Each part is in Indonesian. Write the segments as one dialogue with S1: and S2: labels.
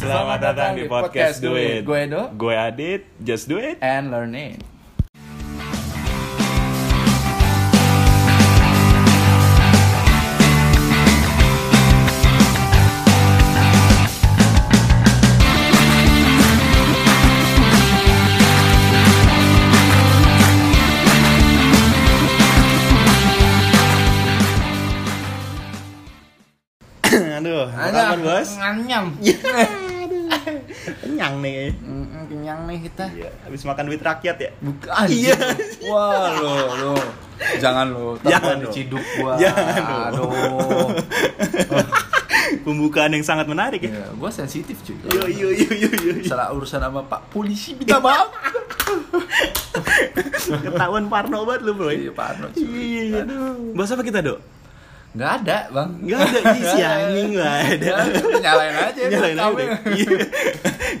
S1: Selamat datang di podcast Do It.
S2: Gue Edo
S1: Gue Adit, just do it.
S2: and Learning.
S1: Aduh, apa kabar kan, bos? Iya.
S2: Nganyam.
S1: Kenyang nih.
S2: Mm, Kenyang nih kita.
S1: Iya, habis makan duit rakyat ya.
S2: Bukan.
S1: Iya.
S2: Wah lo lo. Jangan lo. Ntar
S1: Jangan
S2: gua
S1: lo.
S2: diciduk gua.
S1: Jangan lo.
S2: Aduh.
S1: Pembukaan yang sangat menarik ya.
S2: Ya, gua sensitif cuy.
S1: Yo yo yo yo yo. yo.
S2: Salah urusan sama Pak Polisi minta maaf.
S1: Ketahuan Parno banget lu, Bro.
S2: Iya, Parno cuy.
S1: Iya. Bahas apa kita, Dok?
S2: Nggak ada bang.
S1: Enggak ada isi anjing lah ada.
S2: Nggak ada. Nyalain aja.
S1: Nyalain aja.
S2: Kamu-
S1: udah. Iya.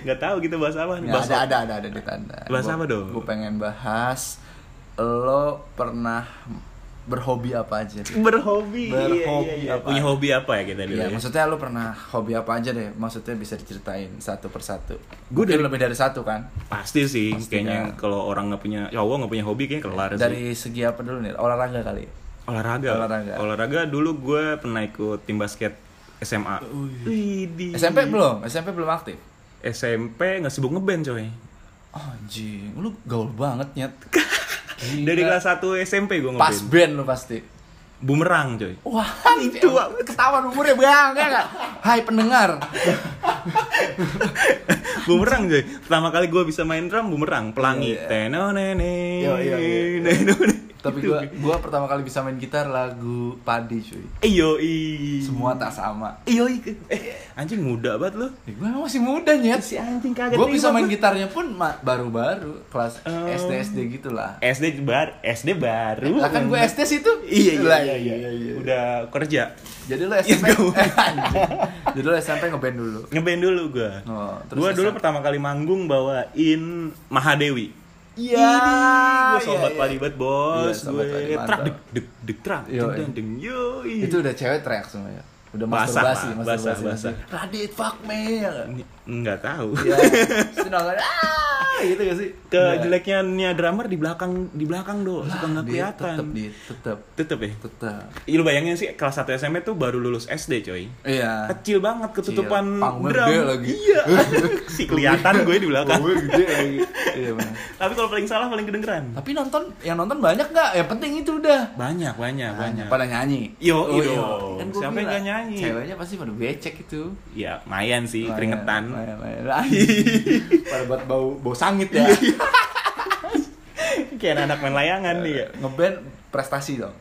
S1: Nggak tahu kita bahas apa nih.
S2: Nggak
S1: Bahas
S2: ada, ada, ada, ada di tanda.
S1: Bahas apa dong?
S2: Gue pengen bahas lo pernah berhobi apa aja? Dil?
S1: berhobi. Iya, iya,
S2: Berhobi
S1: iya.
S2: apa?
S1: Punya hobi apa ya kita dulu?
S2: Iya,
S1: ya?
S2: maksudnya lo pernah hobi apa aja deh? Maksudnya bisa diceritain satu persatu.
S1: Gua
S2: Gue
S1: dari-
S2: lebih dari satu kan?
S1: Pasti sih,
S2: Pasti
S1: kayaknya
S2: kan.
S1: kalau orang nggak punya cowok nggak punya hobi kayaknya kelar sih.
S2: Dari segi apa dulu nih? Olahraga kali. ya?
S1: olahraga
S2: Olahraga.
S1: olahraga dulu gue pernah ikut tim basket SMA
S2: Oh,
S1: Widih.
S2: SMP belum? SMP belum aktif?
S1: SMP nggak sibuk ngeband coy
S2: Anjing, lu gaul banget nyet. Gila.
S1: dari kelas 1 SMP gue
S2: pas
S1: ngeband
S2: band lu pasti.
S1: bumerang coy
S2: Wah, itu ketahuan umurnya bang, ya nggak? Hai pendengar.
S1: bumerang coy pertama kali gue bisa main drum bumerang pelangi
S2: Iya.
S1: tenonene
S2: Iya, iya, iya.
S1: nenone.
S2: Tapi
S1: Itu.
S2: gua gua pertama kali bisa main gitar lagu Padi cuy.
S1: iyo i
S2: Semua tak sama.
S1: iyo i eh, anjing muda banget lo
S2: Eh, gue emang masih muda nyet.
S1: si anjing kaget
S2: Gue
S1: terima
S2: bisa main
S1: gua.
S2: gitarnya pun ma- baru-baru kelas
S1: Oh.
S2: SD SD gitulah.
S1: SD bar SD baru
S2: gitu Lah kan gue SD situ.
S1: iya iya,
S2: Lah,
S1: iya, iya, udah kerja
S2: Jadi lo SMP. Eh, anjing. Jadi lo SMP ngeband dulu.
S1: Ngeband dulu gua.
S2: Oh, terus
S1: gua dulu
S2: kesan-
S1: pertama kali manggung bawain Mahadewi. Gua sobat padi banget
S2: Iya,
S1: bos. gue
S2: sobat padi, mantap.
S1: trak deg deg deg trak.
S2: Yo, iya.
S1: deng, deng, deng, yo, i.
S2: Itu udah cewek teriak semuanya. Udah
S1: Basah,
S2: masturbasi,
S1: Pak.
S2: masturbasi.
S1: Basah, basah.
S2: nanti. Radit fuck me.
S1: Ini nggak tahu.
S2: Iya. Terus nongol, ah gitu gak sih?
S1: Ke
S2: Iya.
S1: jeleknya Nia drummer di belakang di belakang do suka nggak
S2: Dia
S1: kelihatan.
S2: Tetep dia tetep
S1: Tetep ya.
S2: tetep.
S1: Ih, lu bayangin sih kelas 1 SMP tuh baru lulus SD coy.
S2: Iya.
S1: Kecil banget ketutupan
S2: Panggungnya
S1: drum.
S2: gede lagi.
S1: Iya. si kelihatan gue di belakang.
S2: Gue gede lagi. Iya benar.
S1: Tapi kalau paling salah paling kedengeran.
S2: Tapi nonton yang nonton banyak nggak? Yang penting itu udah.
S1: Banyak, banyak, banyak.
S2: Pada nyanyi.
S1: Yo,
S2: Oh,
S1: yo.
S2: Kan gua
S1: Siapa yang
S2: bilang,
S1: nggak nyanyi?
S2: Ceweknya pasti pada becek itu.
S1: Ya, mayan sih
S2: Layan,
S1: keringetan.
S2: layan, layan, layan. pada buat bau bau sangit ya.
S1: Kayak anak main layangan nih ya.
S2: Ngeband prestasi dong.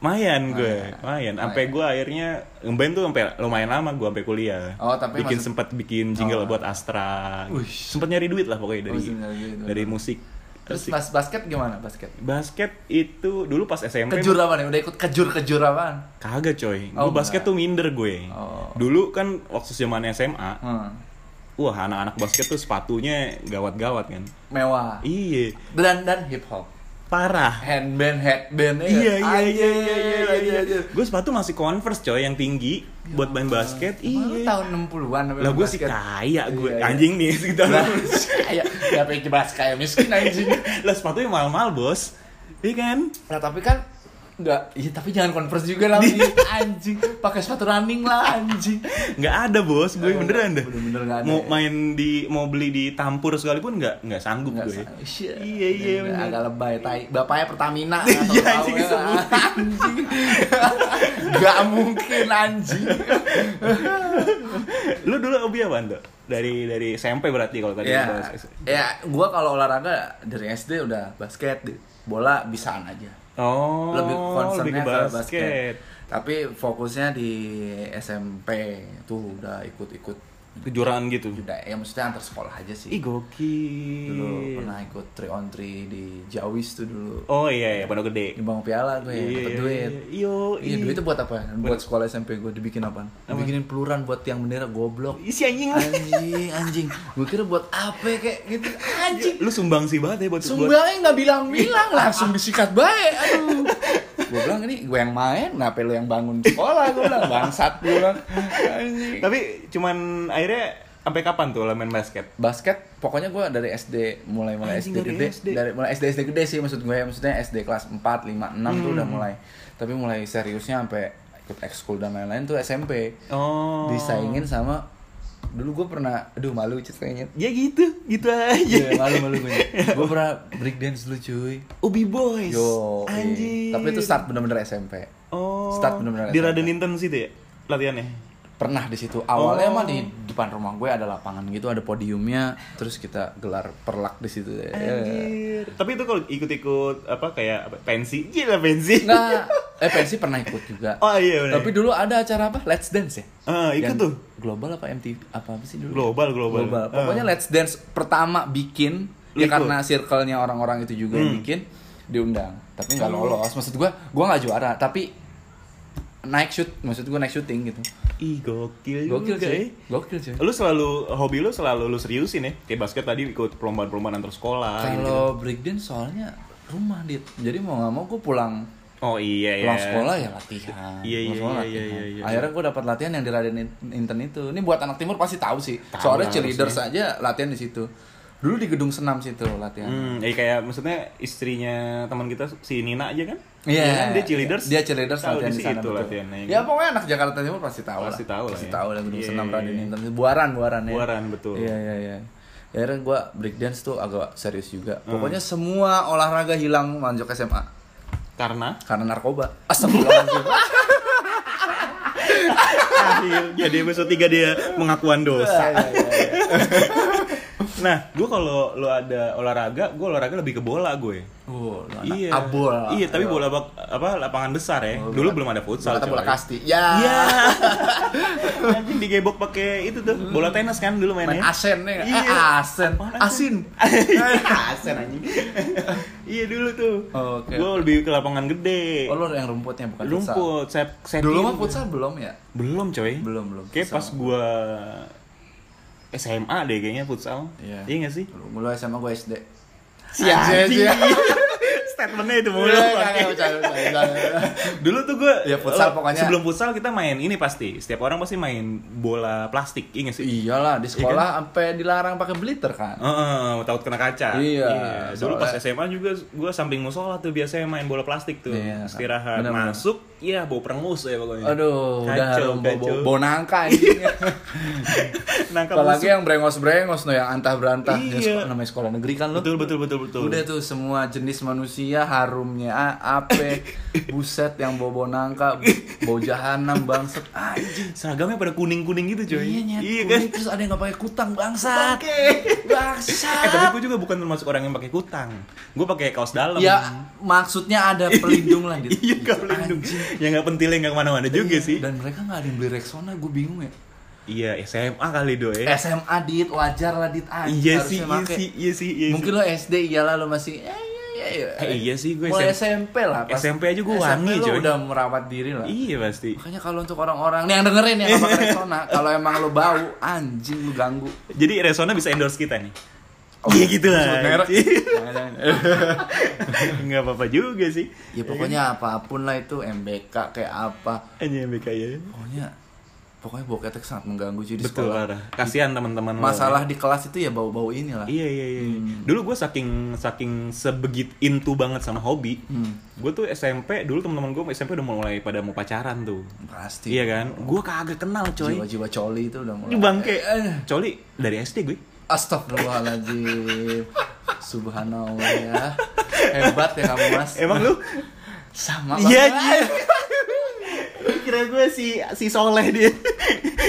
S1: Mayan gue, mayan.
S2: Mayan.
S1: Sampai
S2: Mayan.
S1: gue akhirnya ngeband tuh sampai lumayan lama gue sampai kuliah.
S2: Oh, tapi
S1: bikin
S2: maksud-
S1: sempat bikin jingle
S2: Oh.
S1: buat Astra.
S2: Wih.
S1: Sempat nyari duit lah pokoknya dari
S2: Oh, sering nyari duit.
S1: dari musik.
S2: Terus
S1: Asik.
S2: pas basket gimana basket?
S1: basket itu dulu pas SMP
S2: Kejur apa nih? Udah ikut kejur-kejur apaan?
S1: kagak coy.
S2: Oh,
S1: gue basket
S2: enggak.
S1: tuh minder gue.
S2: Oh.
S1: Dulu kan waktu zaman SMA,
S2: Hmm.
S1: wah anak-anak basket tuh sepatunya gawat-gawat kan.
S2: Mewah.
S1: Iya,
S2: Dan dan hip hop.
S1: parah.
S2: Handband, headband. ya
S1: Iya iya
S2: kan?
S1: iya iya iya
S2: Anjir,
S1: iya.
S2: anjir, anjir.
S1: Gue sepatu masih Converse coy yang tinggi buat main basket.
S2: Ya Emang lu
S1: Iya.
S2: tahun 60-an sampai
S1: Lah
S2: main
S1: gue sih
S2: basket?
S1: kaya gue
S2: Iya, iya.
S1: anjing nih sekitar.
S2: Lah, kayak ya pengen jebas kayak miskin anjing.
S1: Lah sepatunya mahal-mahal, Bos. Iya kan?
S2: Nah, tapi kan enggak, iya tapi jangan converse juga lah Bi. anjing. Pakai sepatu running lah anjing.
S1: Nggak ada, Bos. Gue
S2: Nggak,
S1: beneran dah.
S2: Iya, bener-bener nggak ada,
S1: Mau
S2: ya.
S1: main di mau beli di Tampur sekalipun nggak nggak sanggup
S2: Enggak
S1: gue.
S2: Iya,
S1: Iya, iya, bener.
S2: Agak lebay tai. Bapaknya Pertamina
S1: Iya,
S2: atau tahu
S1: anjing,
S2: ya,
S1: sebut.
S2: anjing. Enggak mungkin anjing.
S1: Lu dulu hobi apa, Ando? Dari dari SMP berarti kalau tadi
S2: ya,
S1: bahas.
S2: ya gua kalau olahraga dari SD udah basket, di- bola bisaan aja.
S1: Oh,
S2: lebih
S1: ke
S2: concernnya ke basket. Tapi fokusnya di SMP tuh udah ikut-ikut
S1: Kejuaraan gitu.
S2: udah ya maksudnya antar sekolah
S1: Ih,
S2: aja sih.
S1: gokil.
S2: Dulu pernah ikut 3 on 3 di Jawis tuh dulu.
S1: Oh iya, iya, Pondok Gede.
S2: Di Bank Piala gue
S1: Iya,
S2: Eh, dapet
S1: iya,
S2: duit.
S1: iya. Yo,
S2: Iya, duit itu buat apa? Buat sekolah SMP gue dibikin apa? Dibikinin peluran buat tiang bendera goblok.
S1: isi anjing lah.
S2: Anjing, anjing. Gue kira buat apa ya, kayak gitu. Anjing.
S1: Lu sumbang sih banget ya
S2: Iya.
S1: buat buat-
S2: Sumbangnya nggak bilang-bilang langsung disikat baik. Aduh. gue bilang ini gue yang main, kenapa lu yang bangun sekolah? Gue bilang bangsat gue bilang. Anjing.
S1: Tapi cuman akhirnya sampai kapan tuh lo main basket?
S2: basket pokoknya gue dari SD mulai mulai
S1: Anjing,
S2: SD
S1: dari
S2: gede
S1: SD.
S2: dari mulai SD SD gede sih maksud gue maksudnya SD kelas 4, 5, 6 tuh
S1: Hmm.
S2: udah mulai tapi mulai seriusnya sampai ikut ekskul dan lain-lain tuh SMP
S1: Oh.
S2: disaingin sama dulu gue pernah aduh malu cuy kayaknya
S1: Ya gitu, gitu
S2: Iya,
S1: aja.
S2: malu malu gue gue pernah break dance dulu cuy
S1: Ubi Boys.
S2: yo eh.
S1: Anjir.
S2: tapi itu start bener-bener SMP
S1: Oh.
S2: Start bener-bener
S1: Di
S2: SMP.
S1: Raden Inten situ ya latihannya.
S2: pernah di situ
S1: Oh.
S2: awalnya emang di depan rumah gue ada lapangan gitu ada podiumnya terus kita gelar perlak di situ ya.
S1: Anjir. Tapi itu kalau ikut-ikut apa kayak apa, pensi, gila pensi.
S2: nah eh pensi pernah ikut juga
S1: Oh iya bener.
S2: tapi dulu ada acara apa let's dance ya
S1: Ah, ikut
S2: Yang
S1: tuh.
S2: global apa MTV apa apa sih dulu
S1: Global, global.
S2: pokoknya let's dance pertama bikin
S1: Lu
S2: ya
S1: ikut? Hmm.
S2: karena circle-nya orang-orang itu juga yang bikin diundang tapi nggak lolos maksud gue gue nggak juara tapi naik shoot maksud gue naik syuting gitu
S1: Ih, gokil,
S2: gokil
S1: juga
S2: sih
S1: ya.
S2: gokil sih
S1: Lu selalu hobi lu selalu lu seriusin ya. Kayak basket tadi ikut perlombaan-perlombaan antar sekolah gitu.
S2: Kalau breakdance soalnya rumah dit. Jadi mau nggak mau gue pulang
S1: Oh iya ya.
S2: pulang sekolah ya
S1: Iya,
S2: latihan. Pulang
S1: iya,
S2: sekolah
S1: iya, iya,
S2: latihan.
S1: iya, iya.
S2: Akhirnya gue dapat latihan yang di Raden In- Inten itu. Ini buat anak timur pasti tahu sih.
S1: Tahu
S2: soalnya
S1: lah
S2: cheerleader saja latihan di situ. Dulu di gedung senam situ latihan.
S1: Hmm, ya kayak maksudnya istrinya teman kita si Nina aja kan?
S2: Iya,
S1: kan? Dia cheerleaders.
S2: Dia cheerleaders
S1: Tahu
S2: latihan
S1: di
S2: di sana.
S1: situ
S2: betul.
S1: latihannya. iya kan? gitu.
S2: Ya pokoknya anak Jakarta Timur pasti tahu
S1: Pasti
S2: lah.
S1: tahu lah
S2: Pasti
S1: ya.
S2: tahu lah gedung
S1: Iya,
S2: senam
S1: iya,
S2: Raden
S1: iya.
S2: Inten. Buaran, buaran ya.
S1: Buaran, betul.
S2: Iya, iya, iya. Ya, Akhirnya gue breakdance tuh agak serius juga.
S1: Hmm.
S2: Pokoknya semua olahraga hilang manjok SMA.
S1: Karena
S2: karena narkoba. Astagfirullahaladzim.
S1: akhirnya di episode 3 dia pengakuan dosa.
S2: Iya,
S1: Nah, gue kalau lo ada olahraga, gue olahraga lebih ke bola gue.
S2: Oh, lu anak abol.
S1: Iya, tapi bola bak- apa lapangan besar ya.
S2: Oh,
S1: Dulu
S2: bola-
S1: belum ada futsal.
S2: Kata bola
S1: coy.
S2: kasti. Ya.
S1: Iya. Anjing digebok pakai itu tuh, bola tenis kan dulu
S2: Main
S1: mainnya.
S2: asen ya nggak?
S1: Iya.
S2: Eh, asen.
S1: Apaan
S2: Asin. Iya. asen anjing.
S1: iya dulu tuh.
S2: Oh, oke.
S1: Gue lebih ke lapangan gede.
S2: Oh, lu yang rumputnya bukan futsal. Eh,
S1: Rumput, set, setin.
S2: Dulu mah futsal belum ya?
S1: Belum coy.
S2: Belum, belum.
S1: Kayak pas gua SMA deh kayaknya futsal.
S2: Iya.
S1: Iya gak sih?
S2: Mulai sama gue SD.
S1: Si anjing.
S2: Iya,
S1: Statementnya itu mulu.
S2: nggak,
S1: Pak.
S2: nggak, bercanda, bercanda.
S1: Dulu tuh gue
S2: Ya, futsal pokoknya.
S1: Sebelum futsal kita main ini pasti Setiap orang pasti main bola plastik Iya gak sih?
S2: Iyalah di sekolah sampai dilarang pakai blitter kan.
S1: Heeh, takut kena kaca.
S2: Iya,
S1: Dulu pas
S2: soalnya-
S1: SMA juga gue samping musola tuh biasanya main bola plastik tuh.
S2: Iya,
S1: Istirahat
S2: benar-benar.
S1: masuk, ya bau perengus ya pokoknya.
S2: Iya. Aduh, udah
S1: Kacau,
S2: harum bau-
S1: kacau.
S2: bau- bau nangka anjing.
S1: Nangkap
S2: Apalagi
S1: musuh.
S2: yang brengos-brengos no yang antah berantah
S1: Iya.
S2: Ya, sekolah, namanya sekolah negeri kan lo.
S1: Betul betul betul betul.
S2: Udah tuh semua jenis manusia harumnya a- ape buset yang bobo nangka, bau jahanam bangset anjing.
S1: Seragamnya pada kuning-kuning gitu, coy.
S2: Iya, nyet,
S1: kan?
S2: kuning, Terus ada yang gak pakai kutang bangsat. Bangsat.
S1: Eh, tapi gue juga bukan termasuk orang yang pakai kutang. Gue pakai kaos dalam.
S2: Ya maksudnya ada pelindung lah gitu.
S1: iya, kaos pelindung. Ya nggak pentilnya nggak kemana-mana juga sih.
S2: Dan mereka gak ada yang beli Rexona, gue bingung ya.
S1: Iya, SMA kali do ya.
S2: SMA dit, wajar lah dit
S1: Iya
S2: anjing. Eh, harusnya
S1: sih, iya
S2: make.
S1: sih, iya sih, iya sih.
S2: Mungkin lo SD iyalah lo masih eh, iya, iya, iya.
S1: Eh, iya sih, gue
S2: mulai
S1: SMP.
S2: SMP, lah pas
S1: SMP aja gue wangi,
S2: SMP lo
S1: coy.
S2: udah merawat diri lah
S1: Iya pasti.
S2: makanya kalau untuk orang-orang nih yang dengerin ya apa Rexona kalau emang lo bau anjing lo ganggu
S1: Jadi Resona bisa endorse kita nih. Iya gitu lah.
S2: sebut merek. Jangan-jangan.
S1: Enggak apa-apa juga sih.
S2: ya pokoknya apapun lah itu MBK kayak apa
S1: Hanya BK ya.
S2: pokoknya pokoknya bau ketek sangat mengganggu cuy di
S1: Betul
S2: sekolah
S1: parah. Kasihan teman-teman lo.
S2: masalah di kelas itu ya bau-bau inilah
S1: Iya iya iya. Dulu gue saking saking sebegit into banget sama hobi. Gue tuh SMP dulu teman-teman gue SMP udah mulai pada mau pacaran tuh.
S2: pasti
S1: Iya kan? Gue kagak kenal coy.
S2: jiwa-jiwa coli itu udah mulai
S1: Ini bangke. Coli dari SD gue.
S2: Astagfirullahaladzim Subhanallah ya Hebat ya kamu mas
S1: Emang lu?
S2: Sama
S1: Iya iya.
S2: banget.
S1: Kira gue si si soleh dia.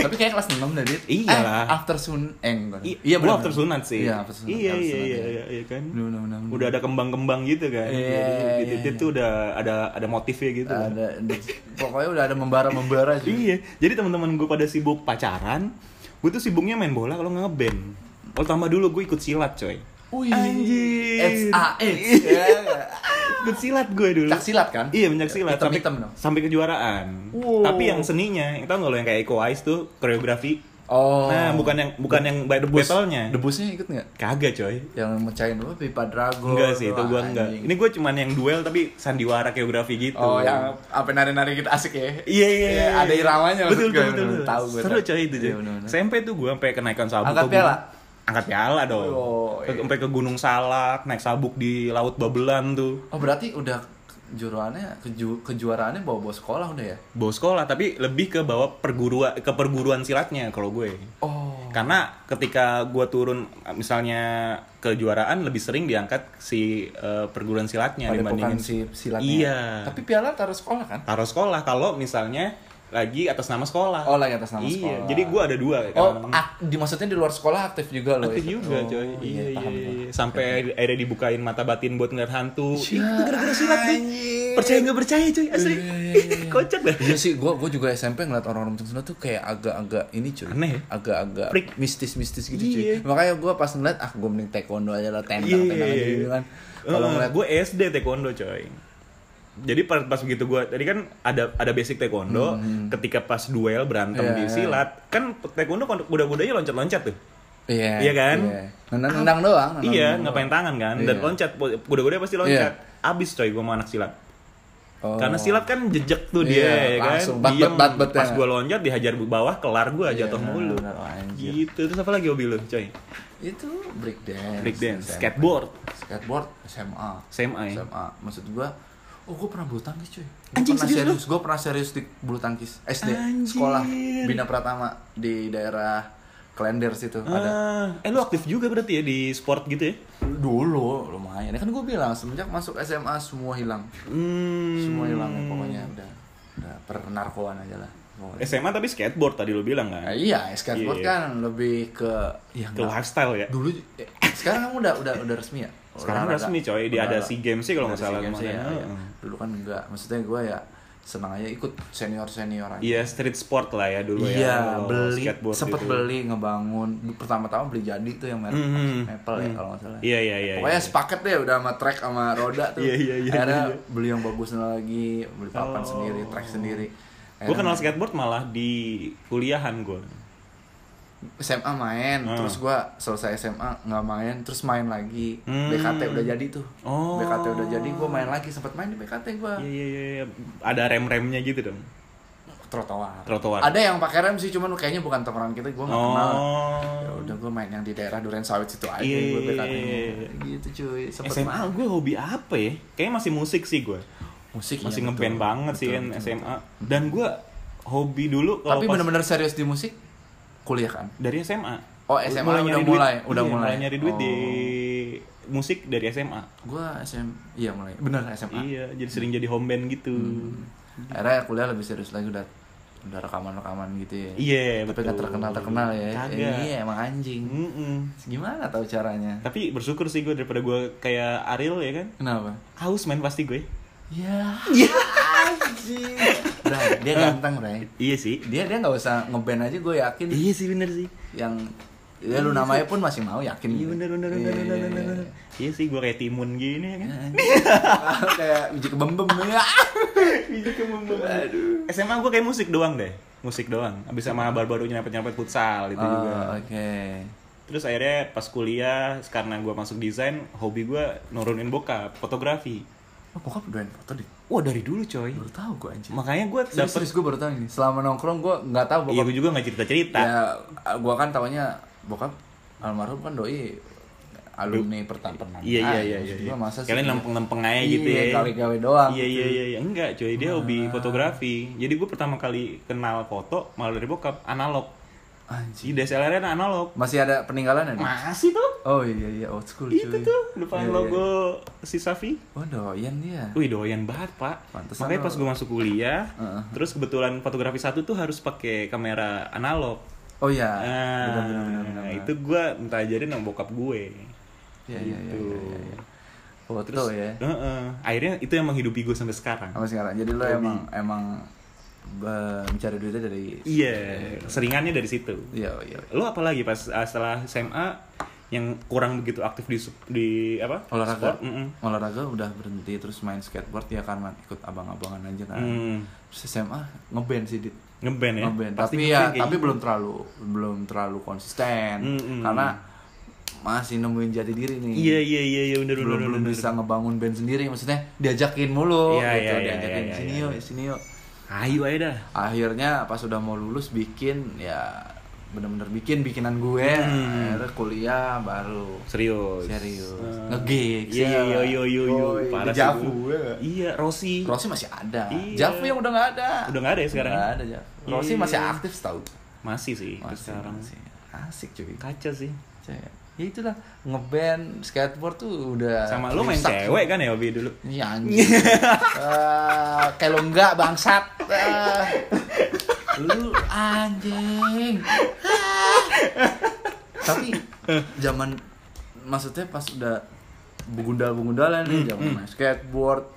S2: Tapi kayak kelas 6 dah Dit
S1: Iya lah.
S2: eh, After sun Eh enggak
S1: I-
S2: Iya
S1: gua
S2: bener-bener.
S1: after sunat sih.
S2: Iya after sunat
S1: Iya
S2: after
S1: iya
S2: sunat,
S1: iya
S2: ya.
S1: iya, iya kan.
S2: Bener, bener, bener.
S1: Udah ada kembang-kembang gitu kan.
S2: Iya,
S1: Jadi
S2: iya,
S1: titik tuh udah ada ada motifnya gitu. kan.
S2: ada, di- Pokoknya udah ada membara-membara sih
S1: Iya. Jadi teman-teman gue pada sibuk pacaran, gue tuh sibuknya main bola kalau nggak ngeband. Oh tambah dulu gue ikut silat coy.
S2: Wih
S1: Anjir.
S2: AIDS
S1: Ikut silat gue dulu.
S2: Ya, Cak silat kan?
S1: Iya mencak silat
S2: Hitam-
S1: sampai
S2: hitam dong.
S1: sampai kejuaraan.
S2: Wow.
S1: Tapi yang seninya, yang tau nggak lo yang kayak Eko Ice tuh koreografi.
S2: Oh.
S1: Nah, bukan yang bukan yang by the battle-nya.
S2: Debusnya ikut nggak?
S1: Kagak, coy.
S2: Yang mecahin apa pipa dragon.
S1: Enggak sih, itu
S2: Wah,
S1: gua enggak.
S2: Oh, anjing.
S1: Ini gitu. gue cuman yang duel tapi sandiwara geografi gitu.
S2: Oh, yang apa nari-nari gitu asik ya.
S1: Iya iya
S2: Iya,
S1: iya.
S2: ada iramanya maksud
S1: Betul
S2: gua.
S1: betul betul. betul.
S2: Tahu gua,
S1: Seru
S2: tahu.
S1: coy itu. coy.
S2: Iya, bener-bener.
S1: SMP tuh gue sampai kenaikan sabuk.
S2: Angkat
S1: ke gunung-
S2: piala?
S1: Angkat piala dong.
S2: Oh,
S1: Ke-
S2: iya.
S1: Sampai ke Gunung Salak, naik sabuk di Laut Babelan tuh.
S2: Oh, berarti udah kejuaraannya keju, kejuaraannya bawa-bawa sekolah udah ya?
S1: Bawa sekolah tapi lebih ke bawa perguruan ke perguruan silatnya kalau gue.
S2: Oh.
S1: Karena ketika gue turun misalnya kejuaraan lebih sering diangkat si eh, perguruan silatnya
S2: Pada
S1: dibandingin
S2: si silatnya. ya?
S1: Iya.
S2: Tapi piala taruh sekolah kan?
S1: taruh sekolah kalau misalnya lagi atas nama sekolah.
S2: Oh, lagi atas nama
S1: iya.
S2: sekolah.
S1: Jadi gue ada dua.
S2: Oh,
S1: kadang-kadang.
S2: ak- dimaksudnya di luar sekolah aktif juga
S1: Iya.
S2: loh. Oh,
S1: aktif juga coy iya iya iya sampai akhirnya dibukain mata batin buat ngeliat hantu Ih, itu gara-gara silat cuy
S2: Anjing.
S1: percaya nggak percaya cuy asli
S2: Iya, iya,
S1: kocak dah
S2: Iya sih, gua gua juga SMP ngeliat orang-orang macam sana tuh kayak agak-agak ini cuy.
S1: Aneh ya?
S2: Agak-agak
S1: Freak.
S2: mistis-mistis gitu
S1: Iya.
S2: cuy. Makanya gua pas ngeliat ah gua mending taekwondo aja lah tendang-tendang
S1: iya.
S2: aja gitu kan. Kalau
S1: Eh,
S2: ngeliat
S1: gue SD taekwondo coy jadi pas, pas begitu gue tadi kan ada ada basic taekwondo ketika pas duel berantem
S2: Hmm, Iya,
S1: di
S2: iya.
S1: silat kan taekwondo kon- kuda-kudanya loncat-loncat tuh
S2: Iya.
S1: Iya kan?
S2: Nendang-nendang doang.
S1: iya
S2: nendang-nendang
S1: ngapain tangan kan dan
S2: Iya.
S1: loncat kuda-kudanya pasti loncat abis coy gue sama anak silat
S2: doang. Oh.
S1: Karena silat kan jejek tuh dia
S2: Iya,
S1: ya kan.
S2: langsung. Bat,
S1: Diem.
S2: bat, bat, bat,
S1: pas
S2: ya.
S1: gua loncat dihajar bu- bawah kelar gua
S2: Iya,
S1: jatuh mulu.
S2: benar, oh, anjir.
S1: Gitu. Terus apa lagi hobi lu, coy?
S2: itu break dance.
S1: Break dance,
S2: SMP.
S1: skateboard.
S2: skateboard SMA
S1: SMA ya?
S2: SMA maksud gua oh gua pernah bulu tangkis cuy Gua
S1: Anjing,
S2: pernah
S1: serius lu?
S2: serius gua pernah serius di bulu tangkis SD
S1: Anjir.
S2: sekolah bina pratama di daerah Klender situ ada
S1: Ah, eh lu aktif juga berarti ya di sport gitu ya?
S2: dulu lumayan kan gua bilang semenjak masuk SMA semua hilang
S1: Hmm.
S2: semua hilang ya, pokoknya udah udah pernarkoan aja lah pokoknya.
S1: SMA tapi skateboard tadi lu bilang kan.
S2: Nah, iya skateboard
S1: Iya.
S2: kan lebih ke ya
S1: Ke
S2: nggak-
S1: lifestyle ya.
S2: dulu eh, sekarang kamu udah udah udah resmi ya
S1: Sekarang
S2: Olahraga.
S1: resmi, coy. Dia ada
S2: Olahraga.
S1: SEA Games sih kalau nggak
S2: Ada SEA
S1: salah
S2: Games
S1: kemarin.
S2: ya,
S1: Heeh.
S2: iya. dulu kan enggak maksudnya gue ya senang aja ikut senior senior aja
S1: Iya, street sport lah ya dulu ya.
S2: Iya,
S1: kalau
S2: beli,
S1: skateboard
S2: sempet
S1: gitu.
S2: beli, ngebangun. Du- Pertama-tama beli jadi tuh yang merek
S1: Mhm.
S2: Maple ya kalau nggak salah.
S1: Iya, iya, iya,
S2: Pokoknya
S1: iya.
S2: sepaket deh udah sama track sama roda tuh.
S1: Iya, iya, iya,
S2: Akhirnya
S1: iya.
S2: beli yang bagusnya lagi, beli papan
S1: Oh.
S2: sendiri, track sendiri.
S1: Gua kenal
S2: Akhirnya
S1: skateboard malah di kuliahan gua.
S2: SMA main,
S1: Hmm.
S2: terus gua selesai SMA nggak main, terus main lagi.
S1: Hmm.
S2: BKT udah jadi tuh.
S1: Oh.
S2: BKT udah jadi, gua main lagi, sempat main di BKT gua.
S1: Iya, iya, iya, iya. Ada rem-remnya gitu dong.
S2: Trotoar.
S1: Trotoar.
S2: Ada yang pakai rem sih, cuman kayaknya bukan tongkrongan kita, gua nggak kenal.
S1: Oh.
S2: ya udah gue main yang di daerah Duren Sawit situ aja
S1: Iya,
S2: gue
S1: iya,
S2: PKT
S1: iya, iya.
S2: gitu cuy sempet
S1: SMA
S2: main.
S1: gue hobi apa ya? Kayaknya masih musik sih gue.
S2: musik
S1: Masih
S2: iya,
S1: ngeband
S2: betul.
S1: banget sih
S2: Betul,
S1: kan
S2: betul,
S1: SMA. Dan gue hobi dulu
S2: betul.
S1: kalau
S2: tapi
S1: pas-
S2: bener-bener serius di musik kuliah kan
S1: dari SMA.
S2: Oh, SMA udah
S1: nyari
S2: mulai,
S1: duit.
S2: udah
S1: Iya,
S2: mulai.
S1: nyari duit di
S2: Oh.
S1: musik dari SMA.
S2: gue SM iya mulai bener SMA
S1: Iya, jadi sering jadi home band gitu.
S2: Hmm. akhirnya kuliah lebih serius lagi udah udah rekaman-rekaman gitu ya
S1: Iya,
S2: tapi
S1: betul.
S2: nggak terkenal terkenal ya
S1: Kagak.
S2: iya emang anjing
S1: Mm-mm.
S2: gimana tahu caranya
S1: Tapi bersyukur sih gue daripada gue kayak Ariel ya kan.
S2: kenapa
S1: Haus main pasti gue.
S2: ya anjing Bray, dia ganteng Bray
S1: Iya sih.
S2: dia dia nggak usah ngeband aja gue yakin
S1: Iya sih bener sih.
S2: yang ya lu namanya pun masih mau yakin
S1: Iya
S2: gitu.
S1: bener bener
S2: Iya,
S1: bener bener
S2: iya, iya,
S1: bener.
S2: iya.
S1: bener. Iya sih gue kayak timun gini ya kan.
S2: kayak biji kebembem
S1: Iya.
S2: ya
S1: Aduh. SMA gue kayak musik doang deh musik doang abis sama
S2: Hmm.
S1: baru-baru nyerempet nyerempet futsal itu juga
S2: oh, oke
S1: terus akhirnya pas kuliah karena gue masuk desain hobi gue nurunin bokap fotografi
S2: oh, bokap doain foto deh
S1: wah dari dulu coy
S2: baru tahu gue anjir
S1: makanya gue
S2: serius,
S1: dapet
S2: gue baru tahu ini selama nongkrong gue nggak tahu
S1: iya
S2: bokap
S1: gue juga nggak cerita cerita
S2: ya gue kan taunya bokap almarhum kan doi alumni pertama pernah
S1: iya iya iya iya, iya.
S2: Ah, masa sih
S1: kalian
S2: dia-
S1: lempeng lempeng aja gitu
S2: Iya,
S1: ya
S2: kali gawe doang
S1: iya
S2: gitu.
S1: iya iya iya. enggak coy dia hobi fotografi jadi gue pertama kali kenal foto malah dari bokap analog si
S2: anjir
S1: DSLR nya kan analog
S2: masih ada peninggalan ya
S1: masih tuh
S2: oh iya iya old school cuy
S1: itu tuh depan
S2: Iya, iya.
S1: logo si Safi
S2: oh doyan dia
S1: Wih doyan banget pak
S2: Pantesan
S1: Makanya
S2: lo-
S1: pas gue masuk kuliah
S2: Heeh.
S1: Terus kebetulan fotografi satu tuh harus pakai kamera analog
S2: oh iya
S1: Nah,
S2: benar benar benar
S1: itu gue minta ajarin sama bokap gue
S2: Iya iya iya
S1: Gitu.
S2: iya. iya. Foto ya.
S1: Heeh. Akhirnya itu yang menghidupi gue sampai sekarang
S2: Sampai sekarang. Jadi lo emang emang be- mencari duitnya dari
S1: Iya, seringannya dari situ
S2: Iya iya.
S1: ah, Lo apalagi pas uh, setelah SMA yang kurang begitu aktif di sup- di apa sport,
S2: olahraga
S1: mm-mm.
S2: olahraga udah berhenti terus main skateboard ya karena ikut abang-abangan aja kan
S1: Hmm.
S2: terus SMA ngeband sih Dit.
S1: ngeband ya
S2: ngeband
S1: Pasti
S2: tapi
S1: ngeband
S2: ya
S1: kayak
S2: tapi
S1: gitu.
S2: belum terlalu belum terlalu konsisten
S1: Mm-mm.
S2: karena masih nemuin jati diri nih
S1: iya iya iya iya bener
S2: belum
S1: bener
S2: belum
S1: bener.
S2: bisa ngebangun band sendiri maksudnya diajakin mulu
S1: Iya,
S2: gitu
S1: iya, iya,
S2: diajakin
S1: iya,
S2: sini
S1: iya,
S2: yuk
S1: iya.
S2: sini yuk
S1: ayo aja dah
S2: akhirnya pas udah mau lulus bikin ya bener-bener bikin bikinan gue
S1: Hmm.
S2: akhirnya kuliah baru
S1: serius
S2: serius
S1: Eh.
S2: ngegig
S1: iya iya iya iya iya
S2: Woy,
S1: Parah
S2: di
S1: sih
S2: Javu,
S1: gua.
S2: ya nggak?
S1: iya Rossi
S2: Rossi masih ada
S1: Iya.
S2: Javu yang udah nggak ada
S1: Udah nggak ada ya sekarang?
S2: Nggak ada Javu Rossi
S1: Iya.
S2: masih aktif tau
S1: masih sih itu sekarang
S2: asik cuy
S1: kaca sih
S2: Kayak, ya itulah ngeband skateboard tuh udah
S1: sama lu main
S2: Eh, rusak.
S1: cewek kan ya Obi dulu
S2: Iya anjing. Eh, kayak lo enggak bangsat. Eh, lu anjing. Ah. Tapi zaman maksudnya pas udah begundal-begundalan
S1: Hmm,
S2: nih zaman main skateboard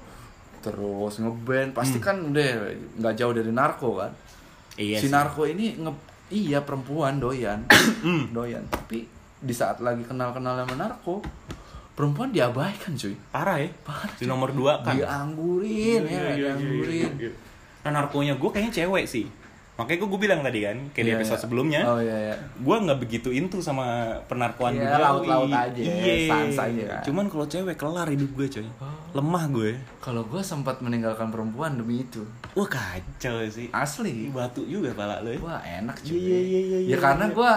S2: terus ngeband pasti kan udah nggak jauh dari narko kan.
S1: Hmm. Iya
S2: si
S1: sih.
S2: narko ini nge iya perempuan doyan.
S1: Hmm.
S2: doyan. Tapi di saat lagi kenal-kenal sama narko, perempuan diabaikan cuy
S1: parah ya
S2: Parah,
S1: di nomor dua kan Iya,
S2: dianggurin ya, dianggurin.
S1: Nah, narkonya gue kayaknya cewek sih. Makanya gue, bilang tadi kan, kayak di
S2: Iya,
S1: episode
S2: iya.
S1: sebelumnya,
S2: Oh iya iya.
S1: gue nggak begitu into sama penarkoan
S2: Iya,
S1: duniawi.
S2: laut-laut aja, sans aja kan.
S1: Cuman kalau cewek kelar hidup gue coy, lemah gue.
S2: Kalau gue sempat meninggalkan perempuan demi itu.
S1: Wah kacau sih.
S2: Asli.
S1: Batu juga pala lo. ya.
S2: Wah, enak cuy.
S1: Iya, iya, iya, iya, iya,
S2: Ya karena
S1: iya.
S2: gue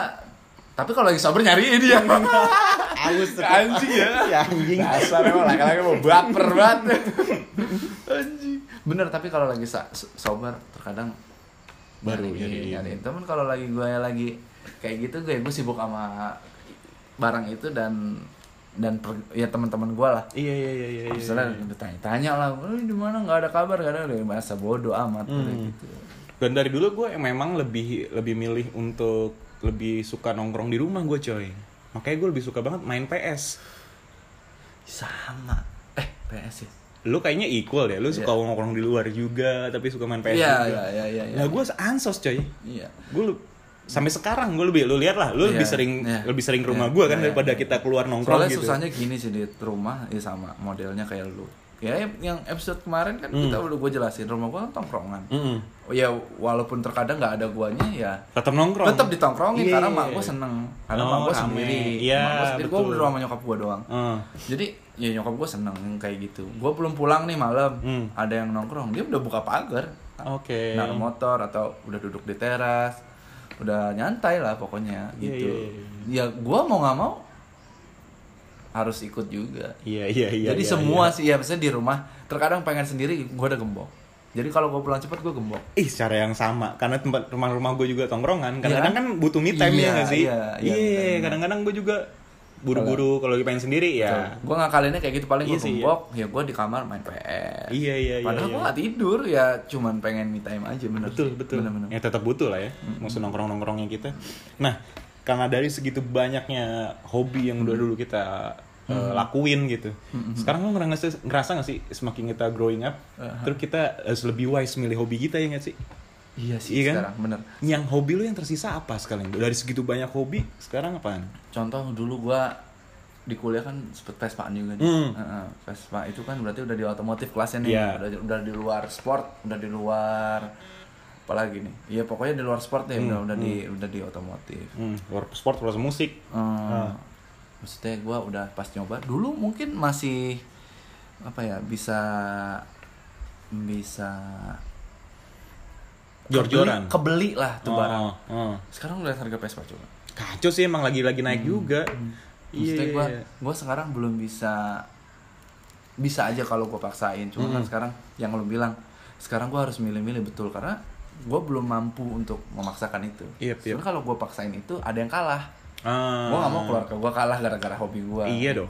S2: tapi kalau lagi sober nyariin dia.
S1: Aus tuh.
S2: anjing ya.
S1: Ya, anjing.
S2: Dasar emang laki-laki mau baper banget. anjing. Bener, tapi kalau lagi sa- so- sober terkadang
S1: Baru
S2: nyariin,
S1: nyariin.
S2: nyariin. Temen kalau lagi gue lagi kayak gitu gue gue sibuk sama barang itu dan dan per- ya teman-teman gue lah
S1: Iya iya iya iya. iya.
S2: misalnya ditanya-tanya lah lu di mana nggak ada kabar kadang udah merasa bodoh amat
S1: Hmm.
S2: udah gitu
S1: Dan dari dulu gue memang lebih lebih milih untuk lebih suka nongkrong di rumah gue coy. Makanya gue lebih suka banget main PS.
S2: sama eh PS ya
S1: lu kayaknya equal ya lu suka nongkrong di luar juga tapi suka main PS
S2: Iya,
S1: juga
S2: iya, iya, iya.
S1: lah gue ansos coy
S2: iya
S1: gue lu- sampai sekarang gue lebih lu lihat lah lu
S2: Iya,
S1: lebih sering
S2: iya.
S1: lebih sering ke rumah
S2: Iya,
S1: gue kan
S2: iya,
S1: daripada
S2: iya.
S1: kita keluar nongkrong
S2: soalnya
S1: gitu
S2: susahnya gini sih di rumah ya sama modelnya kayak lu ya yang episode kemarin kan
S1: Hmm.
S2: kita udah gue jelasin rumah gue kan tongkrongan
S1: Mm-mm.
S2: ya walaupun terkadang nggak ada guanya ya
S1: tetap nongkrong
S2: tetap ditongkrongin
S1: Iya.
S2: karena mak gue seneng karena
S1: Oh,
S2: mak gue
S1: rame.
S2: sendiri
S1: Iya,
S2: mak gue sendiri gue
S1: betul.
S2: berdua sama nyokap gue doang
S1: Heeh.
S2: Jadi ya nyokap gue seneng yang kayak gitu. Gue belum pulang nih malam,
S1: Hmm.
S2: ada yang nongkrong, dia udah buka pagar,
S1: Oke.
S2: naruh motor atau udah duduk di teras, udah nyantai lah pokoknya
S1: Iya,
S2: gitu.
S1: iya,
S2: Ya gue mau nggak mau harus ikut juga.
S1: iya iya iya
S2: Jadi
S1: iya,
S2: semua sih ya misalnya di rumah, terkadang pengen sendiri, gue udah gembok. Jadi kalau gue pulang cepat gue gembok.
S1: iya. ih cara yang sama karena tempat rumah rumah gue juga tongkrongan
S2: Iya
S1: kadang-kadang
S2: kan?
S1: kan butuh me time
S2: Iya,
S1: ya nggak sih
S2: iya, iya, me time.
S1: kadang-kadang gue juga buru-buru kalau lagi pengen sendiri ya
S2: Gue ngakalinnya kayak gitu paling
S1: Iya
S2: gue
S1: sih,
S2: gembok, ya gue di kamar main PS.
S1: iya iya iya
S2: Padahal
S1: iya.
S2: gue gak tidur ya, cuman pengen me time aja bener.
S1: betul
S2: sih.
S1: betul
S2: Bener-bener.
S1: ya tetap butuh lah ya maksud nongkrong nongkrongnya kita nah karena dari segitu banyaknya hobi yang udah dulu kita eh, lakuin gitu sekarang lo ngerasa ngerasa nggak sih semakin kita growing up
S2: Uh-huh.
S1: terus kita harus lebih wise milih hobi kita ya nggak sih
S2: Iya sih
S1: Iya kan?
S2: sekarang bener.
S1: yang hobi lo yang tersisa apa sekarang dari segitu banyak hobi sekarang apaan
S2: Contoh dulu gua di kuliah kan sempet Vespaan juga nih.
S1: Hmm.
S2: Heeh, Vespa itu kan berarti udah di otomotif kelasnya nih.
S1: Iya.
S2: Udah, udah di luar sport, udah di luar apalagi nih. Iya pokoknya di luar sport deh, udah udah di udah di otomotif.
S1: hmm, luar sport luar musik
S2: Hmm, Maksudnya gua udah pas nyoba dulu mungkin masih apa ya bisa bisa
S1: jor-joran
S2: kebeli, kebeli lah tuh
S1: Oh,
S2: barang.
S1: oh.
S2: Sekarang udah harga Vespa coba.
S1: kacau sih emang lagi-lagi naik
S2: Hmm.
S1: juga
S2: Maksudnya
S1: iya
S2: gue gue sekarang belum bisa bisa aja kalau gue paksain. Cuma kan sekarang yang lo bilang sekarang gue harus milih-milih betul karena gue belum mampu untuk memaksakan itu.
S1: Yep, yep.
S2: Soalnya kalau gue paksain itu ada yang kalah.
S1: Iya, Ah.
S2: Gue gak mau keluarga gue kalah gara-gara hobi gitu. gue.
S1: Iya dong.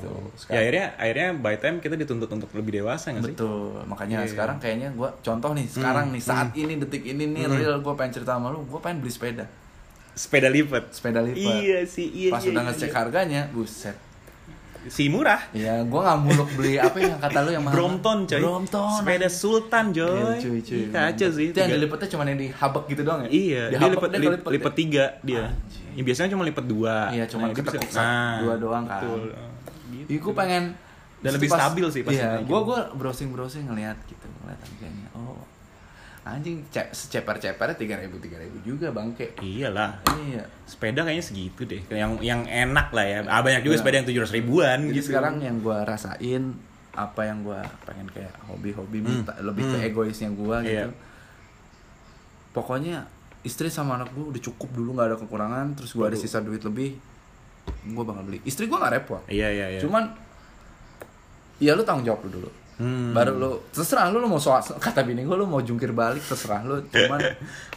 S1: Ya akhirnya akhirnya by time kita dituntut untuk lebih dewasa nggak sih? Iya, Mm,
S2: Betul, makanya sekarang kayaknya gue contoh nih sekarang nih saat ini detik ini nih real gue pengen cerita sama lu, gue pengen beli sepeda,
S1: Sepeda lipat.
S2: sepeda lipat.
S1: Iya sih, iya.
S2: Pas
S1: iya,
S2: udah
S1: iya,
S2: ngecek
S1: iya.
S2: harganya, buset.
S1: si murah
S2: Ya, gua nggak muluk beli apa yang kata lu yang mahal.
S1: Brompton coy
S2: Brompton.
S1: sepeda Sultan
S2: Iya,
S1: coy
S2: cuy, cuy.
S1: Ih, kacau sih
S2: Itu yang
S1: Tiga-
S2: dilipatnya cuma yang dihabek gitu doang ya?
S1: Iya, dia
S2: Dihabek,
S1: lipat
S2: dia
S1: lip-
S2: kelipet
S1: lipat
S2: ya?
S1: tiga dia. Ya, biasanya cuma lipat dua.
S2: Iya, cuma
S1: dia
S2: ketekuk
S1: bisa- nah,
S2: satu, dua doang kan.
S1: betul.
S2: Iya, gua pengen
S1: gitu. Dan lebih stabil sih pasti
S2: Iya,
S1: kayak
S2: gua
S1: gitu.
S2: gua browsing-browsing ngelihat gitu, ngelihat harganya. Oh. Anjing ce- seceper-cepernya 3000 3000 juga bangke.
S1: Iyalah.
S2: Iya.
S1: Sepeda kayaknya segitu deh. Yang yang enak lah ya. Ah, banyak juga
S2: Iya.
S1: sepeda yang 700 ribuan
S2: Jadi
S1: gitu.
S2: Iya, sekarang yang gua rasain apa yang gua pengen kayak hobi-hobi
S1: Hmm.
S2: minta- lebih ke
S1: Hmm.
S2: egoisnya gua
S1: Iya.
S2: gitu. Pokoknya istri sama anak gua udah cukup dulu nggak ada kekurangan, terus gua ada
S1: Betul.
S2: sisa duit lebih, gua bakal beli. Istri gua nggak repot.
S1: Iya, iya, iya.
S2: Cuman ya lu tanggung jawab lu dulu.
S1: Hmm.
S2: Baru lu terserah lu lu mau soal kata bini gua lu mau jungkir balik terserah lu. Cuman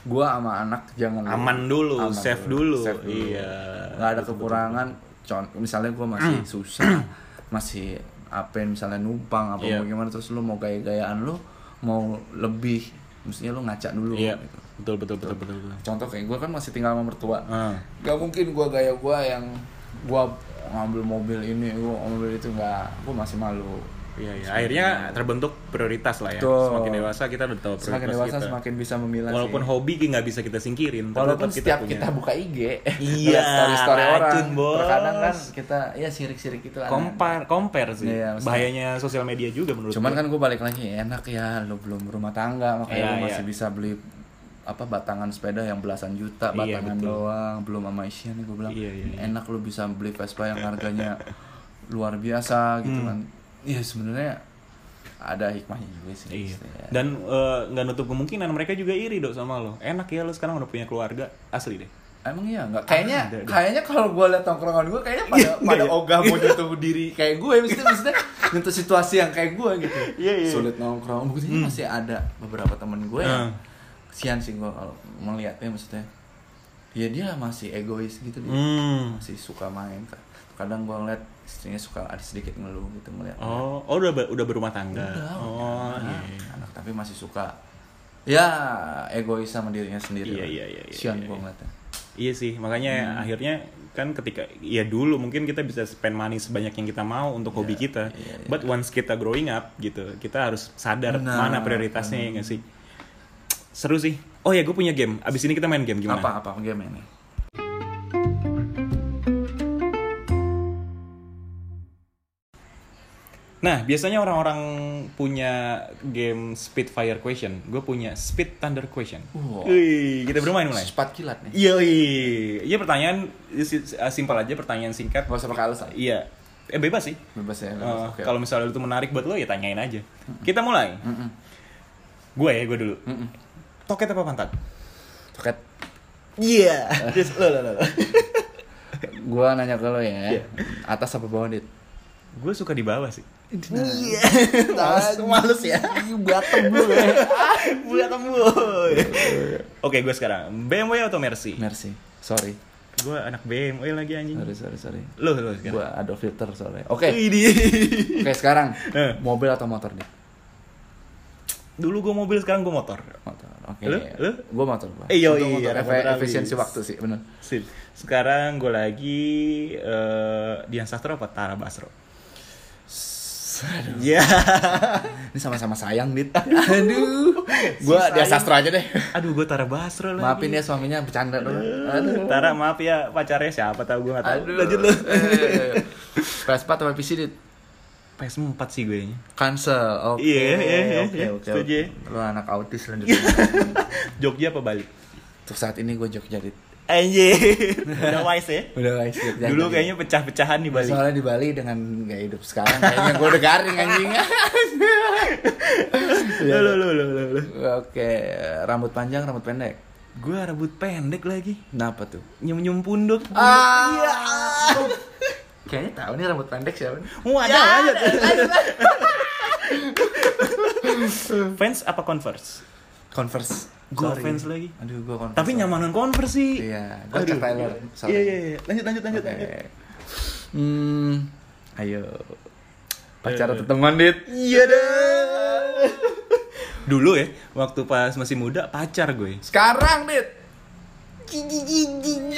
S2: gua sama anak jangan
S1: Aman dulu, safe dulu.
S2: safe
S1: Iya.
S2: Nggak ada kekurangan. Contoh misalnya gua masih
S1: Hmm.
S2: susah, masih apa yang misalnya numpang apa
S1: Iya.
S2: mau gimana terus lu mau gaya-gayaan lu mau lebih mestinya lu ngaca dulu
S1: Iya.
S2: gitu.
S1: Betul, betul, betul, betul, betul.
S2: Contoh kayak gua kan masih tinggal sama mertua
S1: Ah.
S2: gak mungkin gua gaya gua yang gua ngambil mobil ini gua ngambil itu nggak gua masih malu
S1: Iya, iya. Akhirnya terbentuk prioritas lah ya.
S2: Betul.
S1: Semakin dewasa kita udah tahu prioritas
S2: semakin dewasa
S1: kita.
S2: semakin bisa memilah
S1: Walaupun
S2: sih.
S1: hobi nggak bisa kita singkirin, tapi
S2: walaupun
S1: tetap
S2: setiap
S1: punya.
S2: kita, buka IG
S1: Iya,
S2: story story orang
S1: racun, bos.
S2: terkadang kan kita ya sirik sirik itu ada.
S1: compare compare sih
S2: Iya, maksudnya-
S1: bahayanya sosial media juga menurut
S2: cuman
S1: gue.
S2: kan gua balik lagi enak ya lu belum rumah tangga makanya
S1: Iya,
S2: lu masih
S1: iya.
S2: bisa beli apa batangan sepeda yang belasan juta
S1: Iya,
S2: batangan
S1: betul.
S2: doang belum sama isian gue bilang
S1: Iya, iya, iya.
S2: enak lu bisa beli Vespa yang harganya luar
S1: Hmm.
S2: biasa gitu kan iya sebenarnya ada hikmahnya juga sih
S1: Iya.
S2: pasti ya.
S1: Dan eh, nggak nutup kemungkinan mereka juga iri dok sama lo. Enak ya lo sekarang udah punya keluarga asli deh.
S2: emang iya nggak
S1: Ada,
S2: kayaknya
S1: Iya, ada.
S2: kayaknya kalau gue liat tongkrongan gue kayaknya pada pada ogah mau nyentuh diri kayak gue mesti maksudnya nyentuh situasi yang kayak gue gitu
S1: Iya, Hmm. iya.
S2: sulit nongkrong buktinya masih ada beberapa temen gue yang
S1: Hmm.
S2: kesian sih gue kalau melihatnya maksudnya ya dia masih egois gitu dia
S1: Hmm.
S2: masih suka main Kak. kadang gue ngeliat istrinya suka ada sedikit ngeluh gitu ngeliat
S1: Oh, oh udah ber- udah berumah tangga.
S2: Udah,
S1: oh,
S2: udah,
S1: iya.
S2: anak, anak, tapi masih suka ya egois sama dirinya sendiri.
S1: Iya,
S2: lah.
S1: iya, iya, iya,
S2: Sian
S1: iya,
S2: gua
S1: iya.
S2: ngeliatnya.
S1: Iya sih, makanya
S2: Hmm.
S1: akhirnya kan ketika ya dulu mungkin kita bisa spend money sebanyak yang kita mau untuk hobi kita.
S2: iya, iya.
S1: But once kita growing up gitu, kita harus sadar
S2: Benar,
S1: mana prioritasnya ya nggak sih. Seru sih. Oh ya, gue punya game. Abis ini kita main game gimana?
S2: Apa apa game ini?
S1: Nah, biasanya orang-orang punya game Speedfire Question. Gue punya Speed Thunder Question.
S2: Wow.
S1: Wih, kita bermain mulai.
S2: Sepat kilat nih.
S1: Yoi. Iya pertanyaan si- si- simpel aja, pertanyaan singkat.
S2: Gak usah pakai alasan.
S1: Iya. Eh bebas sih.
S2: Bebas
S1: Eh,
S2: ya. Bebas. Oke.
S1: Kalau misalnya itu menarik buat lo ya tanyain aja. Kita mulai. Gue ya, gue dulu. Toket apa pantat?
S2: Toket.
S1: Iya. Terus lo lo lo.
S2: Gua nanya ke lo
S1: Iya.
S2: ya. Atas apa bawah dit?
S1: Gue suka di bawah sih.
S2: Iya.
S1: Males- males ya.
S2: Bottom dulu ya.
S1: Buat boy. Oke, gue sekarang BMW atau Mercy?
S2: Merci. Sorry.
S1: Gue anak BMW lagi anjing.
S2: Sorry sorry sorry.
S1: Lo lo sekarang.
S2: Gua ada filter soalnya. Oke.
S1: Ini.
S2: Oke sekarang
S1: Eh.
S2: mobil atau motor dit?
S1: Dulu gue mobil, sekarang gue motor.
S2: Motor. Oke.
S1: Lu? Lu?
S2: Gua motor gua.
S1: Eh, yo,
S2: Gua
S1: iya,
S2: motor.
S1: ada
S2: Efe-
S1: motor
S2: Efisiensi
S1: habis.
S2: waktu sih, bener.
S1: Sip. Sekarang gue lagi eh Dian Sastro apa Tara Basro? Ya.
S2: Ini sama-sama sayang, Dit. Aduh. Gua
S1: Si
S2: dia
S1: sayang.
S2: sastra aja deh.
S1: Aduh, gue Tara Basro lagi.
S2: Maafin ya suaminya bercanda dulu. Aduh.
S1: Tara maaf ya pacarnya siapa tahu gue gak tahu.
S2: Aduh.
S1: Lanjut lu.
S2: Eh, Vespa atau PC, Dit?
S1: PS4 sih gue nya.
S2: Cancel. Oke.
S1: Iya, iya, iya,
S2: Oke,
S1: iya.
S2: oke.
S1: Setuju Iya. ya.
S2: Lu anak autis lanjut.
S1: Jogja apa Bali?
S2: Untuk saat ini gue Jogja, Dit.
S1: Anjir. Udah wise ya.
S2: Udah guys, Jogja.
S1: Dulu kayaknya pecah-pecahan di Bali.
S2: Soalnya di Bali dengan gak hidup sekarang kayaknya gue udah garing anjing.
S1: Lo lo lo lo lo, lo.
S2: Oke, rambut panjang, rambut pendek.
S1: Gue rambut pendek lagi. Iya.
S2: Kenapa tuh?
S1: Nyum-nyum pundut.
S2: Ah.
S1: Ya.
S2: Kayaknya tahu nih rambut pendek siapa. nih.
S1: Mau ada lanjut. Fans apa Converse?
S2: Converse.
S1: Gua
S2: Sorry.
S1: fans lagi.
S2: Aduh, gua Converse.
S1: Tapi nyamanan Converse sih.
S2: Iya, gua
S1: Aduh.
S2: Chuck Taylor. Sorry.
S1: Iya, iya, iya. Lanjut, lanjut, lanjut.
S2: Oke.
S1: lanjut.
S2: Eh, Hmm, ayo. Pacar atau teman, Dit?
S1: Iya dah. Dulu ya, waktu pas masih muda pacar gue.
S2: Sekarang, Dit.